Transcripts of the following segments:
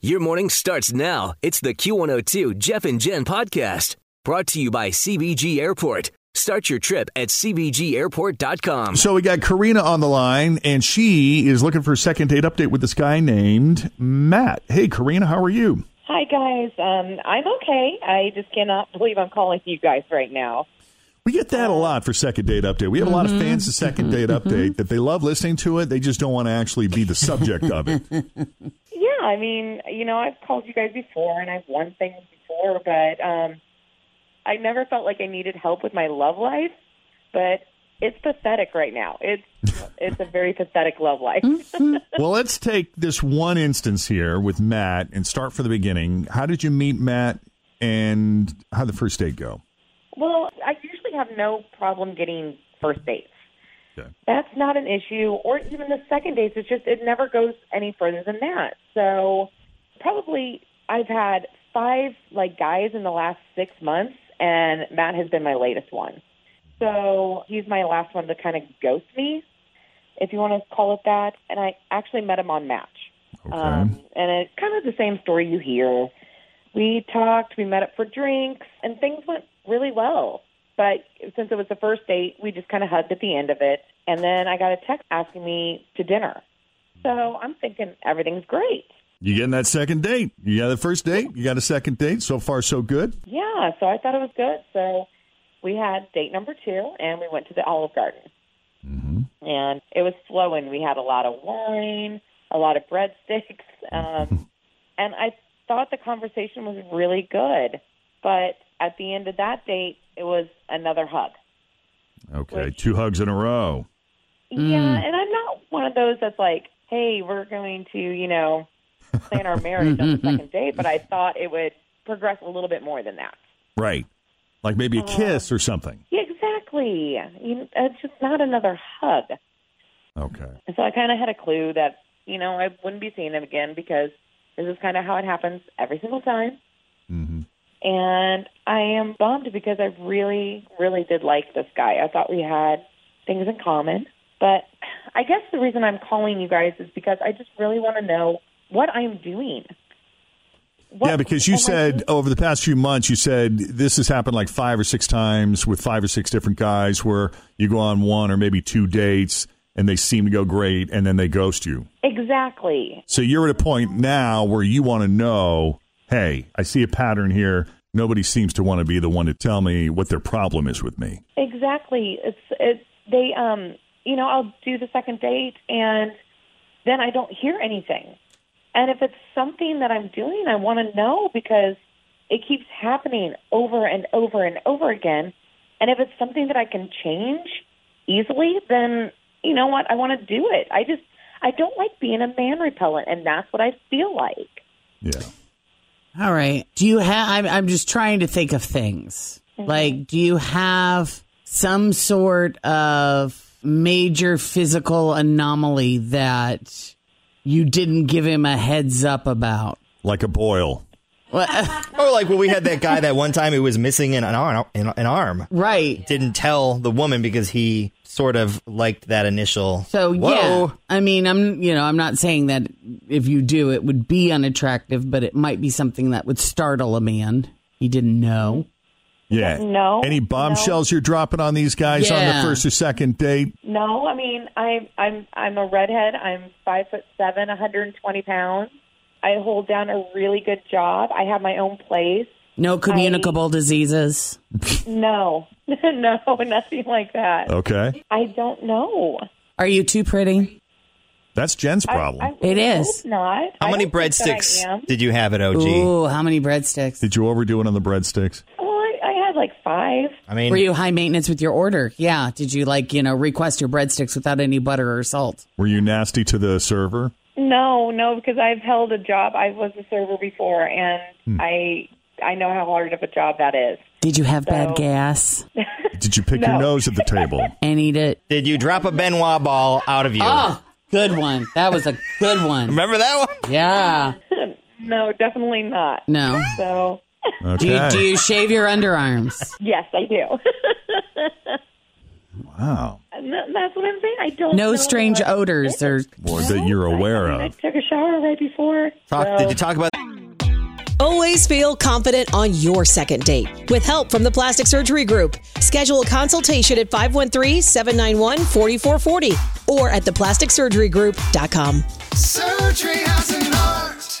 Your morning starts now. It's the Q102 Jeff and Jen podcast brought to you by CBG Airport. Start your trip at CBGAirport.com. So we got Karina on the line, and she is looking for a second date update with this guy named Matt. Hey, Karina, how are you? Hi guys, um, I'm okay. I just cannot believe I'm calling you guys right now. We get that a lot for second date update. We have a lot of fans to second date update that they love listening to it. They just don't want to actually be the subject of it. Yeah, I mean, you know, I've called you guys before and I've won things before, but um, I never felt like I needed help with my love life. But it's pathetic right now. It's it's a very pathetic love life. Well, let's take this one instance here with Matt and start from the beginning. How did you meet Matt, and how would the first date go? Well, I usually have no problem getting first dates. Okay. That's not an issue, or even the second dates. It's just it never goes any further than that. So probably I've had five like guys in the last six months, and Matt has been my latest one. So he's my last one to kind of ghost me, if you want to call it that. And I actually met him on Match. Okay. Um, and it's kind of the same story you hear. We talked, we met up for drinks, and things went really well. But since it was the first date, we just kind of hugged at the end of it. And then I got a text asking me to dinner. So I'm thinking everything's great. You getting that second date? You got the first date. You got a second date. So far, so good. Yeah, so I thought it was good. So we had date number two, and we went to the Olive Garden. Mm-hmm. And it was flowing. We had a lot of wine, a lot of breadsticks, um, and I thought the conversation was really good. But at the end of that date, it was another hug. Okay, two hugs in a row. Yeah, and I'm not one of those that's like, hey, we're going to, you know, plan our marriage on the second date, but I thought it would progress a little bit more than that. Right. Like maybe a Oh. kiss or something. Yeah, exactly. You know, it's just not another hug. Okay. And so I kind of had a clue that, you know, I wouldn't be seeing him again because this is kind of how it happens every single time. Mm-hmm. And I am bummed because I really, really did like this guy. I thought we had things in common. But I guess the reason I'm calling you guys is because I just really want to know what I'm doing. What Oh yeah, because you am I said doing? over the past few months, you said this has happened like five or six times with five or six different guys where you go on one or maybe two dates and they seem to go great and then they ghost you. exactly. So you're at a point now where you want to know hey, I see a pattern here. Nobody seems to want to be the one to tell me what their problem is with me. Exactly. It's it's they um you know, I'll do the second date and then I don't hear anything. And if it's something that I'm doing, I want to know because it keeps happening over and over and over again. And if it's something that I can change easily, then you know what? I want to do it. I just I don't like being a man repellent and that's what I feel like. Yeah. All right. Do you have? I'm, I'm just trying to think of things. Like, do you have some sort of major physical anomaly that you didn't give him a heads up about? Like a boil. Or like when we had that guy that one time who was missing an, an, arm, an, an arm. Right. Didn't tell the woman because he sort of liked that initial. So Whoa. yeah, I mean, I'm you know, I'm not saying that if you do, it would be unattractive, but it might be something that would startle a man. He didn't know. Yeah. No, Any no. bombshells you're dropping on these guys on Yeah. the first or second date? No, I mean I'm I'm I'm a redhead. I'm five foot seven, 120 pounds. I hold down a really good job. I have my own place. No communicable diseases. No, no, nothing like that. Oh. Okay. I don't know. Are you too pretty? That's Jen's I- problem. I It is. hope not. How I many don't think that breadsticks I am. did you have at OG? Ooh, how many breadsticks? Did you overdo it on the breadsticks? Well, Oh, I, I had like five. I mean, Were you high maintenance with your order? Yeah. Did you like, you know, request your breadsticks without any butter or salt? Were you nasty to the server? No, no, because I've held a job. I was a server before, and Hmm. I I know how hard of a job that is. Did you have bad No. gas Did you pick your No. nose at the table? and eat it? did you drop a Benoit ball out of you? Oh, good one. That was a good one. Remember that one? Yeah. No, definitely not. No. So Do Okay. you, do you shave your underarms? yes, I do. Wow. And that- That's what I'm saying. I don't. No know strange what- odors or Or that you're aware I of. took a shower right before. Talk, so- did you talk about Always feel confident on your second date with help from the Plastic Surgery Group. Schedule a consultation at 513 791 4440 or at theplasticsurgerygroup.com. Surgery has an art.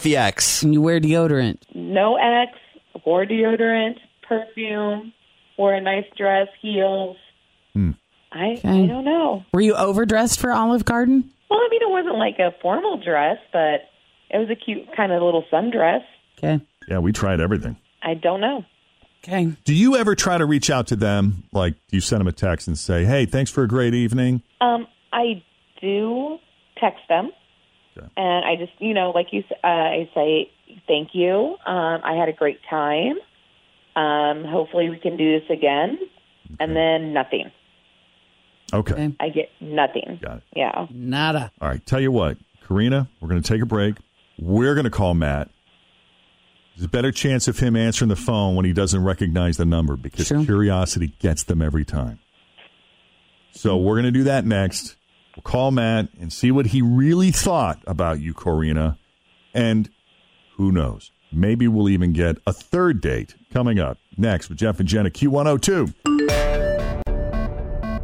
VX? and you wear deodorant. no X, wore deodorant, perfume, wore a nice dress, heels. Hmm. I Okay. I don't know. Were you overdressed for Olive Garden? Well, I mean, it wasn't like a formal dress, but it was a cute kind of little sundress. Okay. Yeah, we tried everything. I don't know. Okay. Do you ever try to reach out to them? Like, do you send them a text and say, hey, thanks for a great evening? Um, I do text them, and I just you know, like you, s- uh, I say thank you. Um, I had a great time. Um, hopefully, we can do this again. And then nothing. Okay. Okay. I get nothing. Got it. Yeah. Nada. All right. Tell you what, Karina, we're going to take a break. We're going to call Matt. There's a better chance of him answering the phone when he doesn't recognize the number because Sure. curiosity gets them every time. So we're going to do that next. We'll call Matt and see what he really thought about you, Corina. And who knows? Maybe we'll even get a third date coming up next with Jeff and Jenna Q102.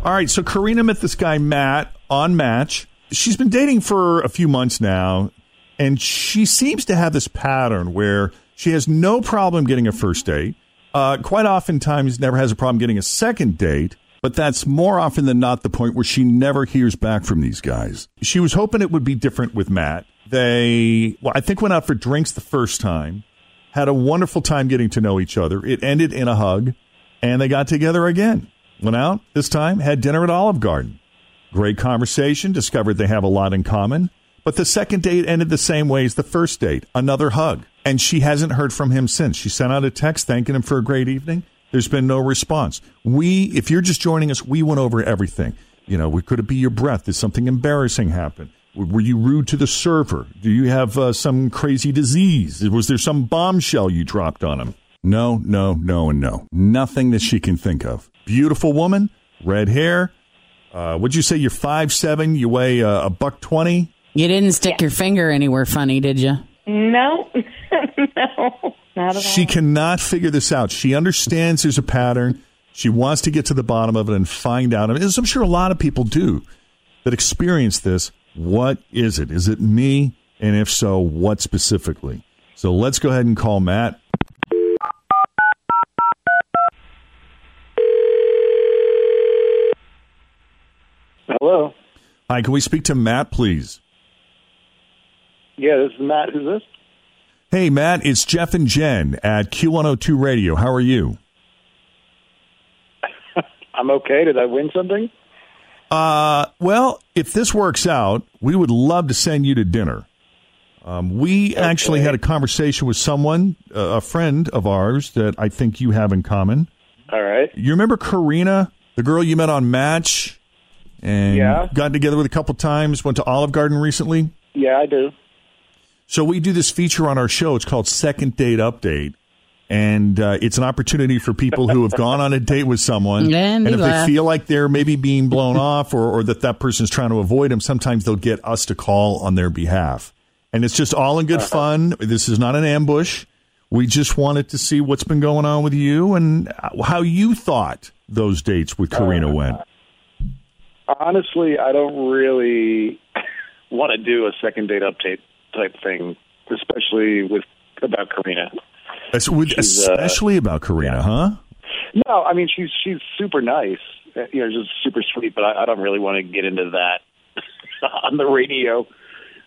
All right, so Karina met this guy Matt on Match. She's been dating for a few months now, and she seems to have this pattern where she has no problem getting a first date. Uh, quite oftentimes, never has a problem getting a second date, but that's more often than not the point where she never hears back from these guys. She was hoping it would be different with Matt. They, well, I think, went out for drinks the first time, had a wonderful time getting to know each other. It ended in a hug and they got together again. Went out, this time had dinner at Olive Garden. Great conversation, discovered they have a lot in common. But the second date ended the same way as the first date another hug. And she hasn't heard from him since. She sent out a text thanking him for a great evening. There's been no response. We, if you're just joining us, we went over everything. You know, we- could it be your breath? Did something embarrassing happen? W- Were you rude to the server? Do you have uh, some crazy disease? Was there some bombshell you dropped on him? No, no, no, and no. Nothing that she can think of. Beautiful woman, red hair. Uh, would you say you're five seven? You weigh uh, a buck twenty. You didn't stick your finger anywhere funny, did you? No, no, not at She all. cannot figure this out. She understands there's a pattern. She wants to get to the bottom of it and find out. As I'm sure a lot of people do that experience this. What is it? Is it me? And if so, what specifically? So let's go ahead and call Matt. Hello. Hi, can we speak to Matt, please? Yeah, this is Matt. Who's this? Hey, Matt, it's Jeff and Jen at Q102 Radio. How are you? I'm okay. Did I win something? Uh, well, if this works out, we would love to send you to dinner. Um, we actually had a conversation with someone, uh, a friend of ours that I think you have in common. All right. You remember Karina, the girl you met on Match and Yeah. got together with a couple times, went to Olive Garden recently? Yeah, I do. So we do this feature on our show. It's called Second Date Update. And uh, it's an opportunity for people who have gone on a date with someone. And he if left. they feel like they're maybe being blown off or, or that that person's trying to avoid them, sometimes they'll get us to call on their behalf. And it's just all in good Uh-huh. fun. This is not an ambush. We just wanted to see what's been going on with you and how you thought those dates with Uh-huh. Karina went. Honestly, I don't really want to do a second date update type thing, especially with about Karina. That's with, She's, uh, especially about Karina, huh? No, I mean she's she's super nice, uh, you know, just super sweet. But I, I don't really want to get into that on the radio.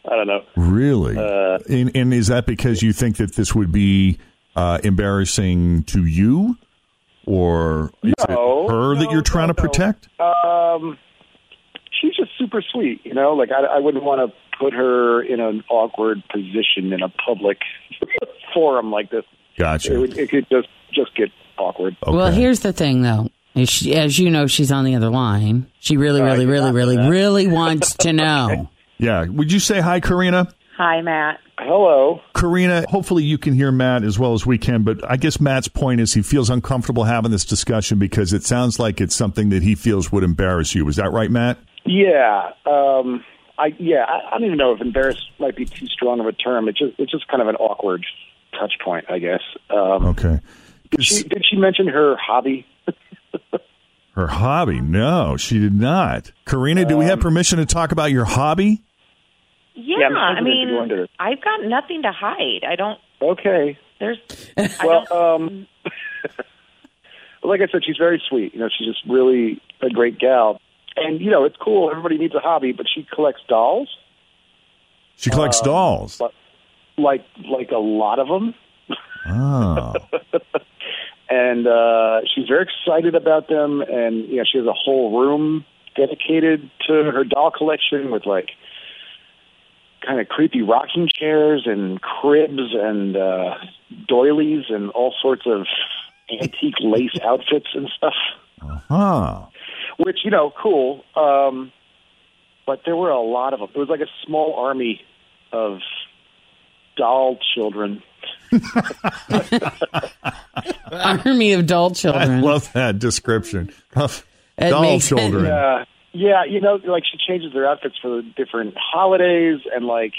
I don't know. Really? Uh, and, and is that because you think that this would be uh, embarrassing to you, or is No, it her that no, you're trying no, to protect? Um, she's just super sweet, you know. Like I, I wouldn't want to put her in an awkward position in a public forum like this. Gotcha. It, would, it could just just get awkward. Well, here's the thing, though. Is she, as you know, she's on the other line. She really, really, really, really, really wants to know. Yeah. Would you say hi, Karina? Hi, Matt. Hello. Karina, hopefully you can hear Matt as well as we can, but I guess Matt's point is he feels uncomfortable having this discussion because it sounds like it's something that he feels would embarrass you. Is that right, Matt? Yeah. Um, I yeah. I, I don't even know if embarrassed might be too strong of a term. It's just it's just kind of an awkward touch point, I guess. Um, Okay. did she, did she mention her hobby? Her hobby? No, she did not. Karina, do we Um, have permission to talk about your hobby? Yeah, Yeah, I'm I hesitant to go mean, into this. I've got nothing to hide. I don't. Okay. There's. Well, um, like I said, she's very sweet. You know, she's just really a great gal. And you know, it's cool. Everybody needs a hobby, but she collects dolls, She collects uh, dolls. but like like a lot of them. Oh. And uh, she's very excited about them. And you know, she has a whole room dedicated to her doll collection with like kind of creepy rocking chairs and cribs and uh, doilies and all sorts of antique lace outfits and stuff. Huh. which you know, cool. Um, but there were a lot of them. It was like a small army of doll children. Army of doll I children. love that description of It doll makes sense. children. Uh, yeah, you know, like she changes their outfits for the different holidays, and like,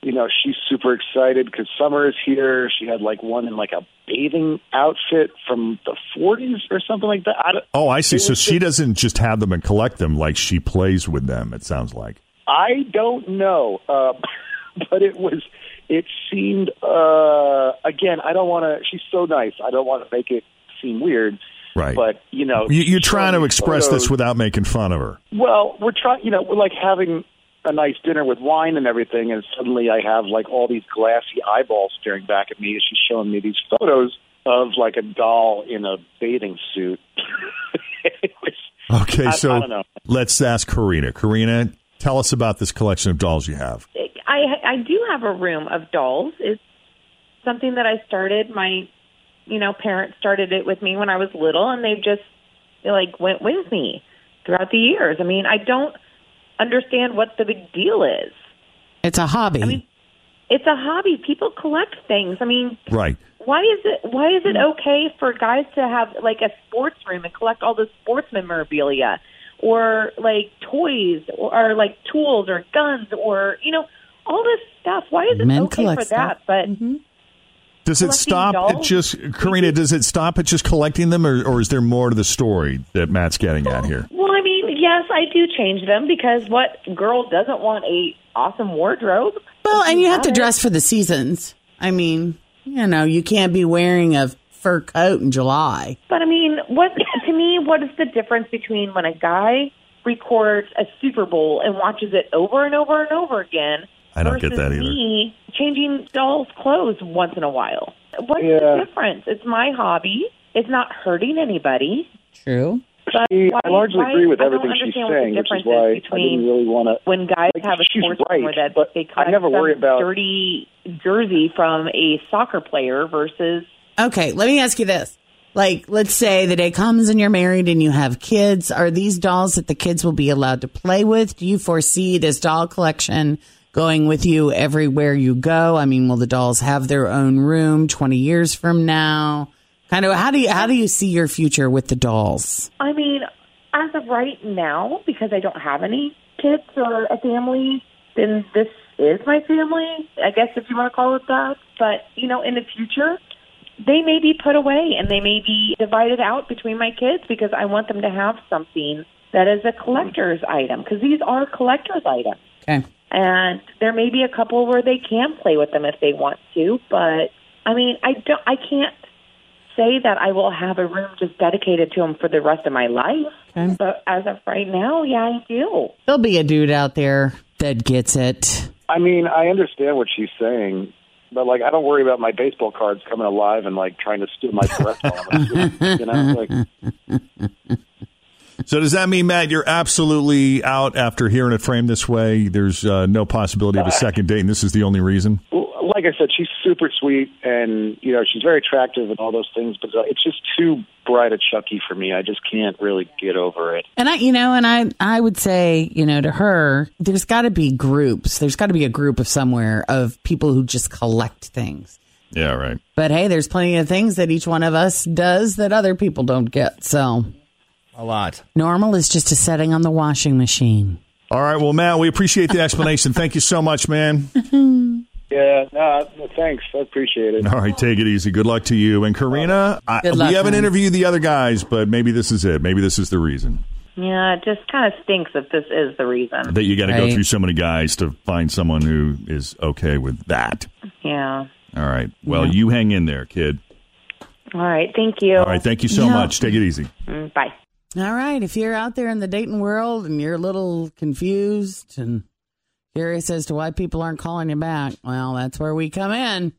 you know, she's super excited because summer is here. She had like one in like a bathing outfit from the 40s or something like that. I don't, Oh, I see. It So was she just- doesn't just have them and collect them like she plays with them, it sounds like. I don't know, uh, but it was. It seemed uh, again. I don't want to. She's so nice. I don't want to make it seem weird. Right. But you know, You, you're trying to showing express this Oh, photos- without making fun of her. Well, we're trying. You know, we're like having a nice dinner with wine and everything, and suddenly I have like all these glassy eyeballs staring back at me as she's showing me these photos of like a doll in a bathing suit. It was- Okay, I- so I don't know. let's ask Karina. Karina, tell us about this collection of dolls you have. I I do have a room of dolls. It's something that I started. My, you know, parents started it with me when I was little, and they've just they like went with me throughout the years. I mean, I don't understand what the big deal is. It's a hobby. It's a hobby. People collect things. I mean, Right. why is it why is Hmm. it okay for guys to have like a sports room and collect all the sports memorabilia or like toys or, or like tools or guns or you know all this stuff why is it Men okay for collect that stuff. Mm-hmm. but Does it Collecting stop at dolls? just, Karina, does it stop at just collecting them, or, or is there more to the story that Matt's getting at here? well i mean yes i do change them because what girl doesn't want a awesome wardrobe Well, If and you have to it- dress for the seasons. I mean, you know, you can't be wearing a fur coat in July. But I mean, what to me, what is the difference between when a guy records a Super Bowl and watches it over and over and over again? I don't get versus that either. Me changing dolls' clothes once in a while. What's Yeah. the difference? It's my hobby. It's not hurting anybody. True. But See, why- I largely why- agree with I don't everything she's understand what the saying, which is difference why I between didn't really want to. when guys Like, have a she's sports right, or that but they I collect never worry some about- dirty jersey from a soccer player versus Okay, let me ask you this. Like, let's say the day comes and you're married and you have kids. Are these dolls that the kids will be allowed to play with? Do you foresee this doll collection going with you everywhere you go? I mean, will the dolls have their own room 20 years from now? Kind of how do you how do you see your future with the dolls? I mean, as of right now, because I don't have any kids or a family, then this is my family, I guess if you want to call it that. But, you know, in the future, they may be put away and they may be divided out between my kids because I want them to have something that is a collector's item because these are collector's items. Okay. And there may be a couple where they can play with them if they want to, but I mean, I don't I can't say that I will have a room just dedicated to them for the rest of my life. But as of right now, yeah, I do. There'll be a dude out there that gets it. I mean, I understand what she's saying, but like, I don't worry about my baseball cards coming alive and like trying to steal my breath. you know, like So does that mean, Matt, you're absolutely out after hearing it framed this way? There's uh, no possibility of a second date, and this is the only reason. Well, like I said, she's super sweet, and you know she's very attractive and all those things. But uh, it's just too bright a Chucky for me. I just can't really get over it. And I, you know, and I, I would say, you know, to her, there's got to be groups. There's got to be a group of somewhere of people who just collect things. Yeah, right. But hey, there's plenty of things that each one of us does that other people don't get. So A lot. normal is just a setting on the washing machine. All right. Well, Matt, we appreciate the explanation. Thank you so much, man. Yeah, no, thanks. I appreciate it. All right. Take it easy. Good luck to you. And Karina, I, Good luck, we haven't man. interviewed the other guys, but maybe this is it. Maybe this is the reason Yeah, it just kind of stinks if this is the reason. that you got to go Right. through so many guys to find someone who is okay with that. Yeah. All right. Well, you hang in there, kid. All right. Thank you. All right. Thank you so Yeah. much. Take it easy. Mm, Bye. All right. If you're out there in the dating world and you're a little confused and curious as to why people aren't calling you back, well, that's where we come in.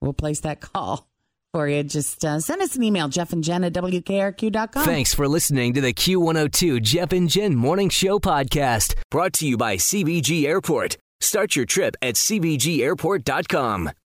We'll place that call for you. Just uh, send us an email, Jeff and Jen at WKRQ.com. Thanks for listening to the Q102 Jeff and Jen Morning Show podcast, brought to you by CBG Airport. Start your trip at CBGAirport.com.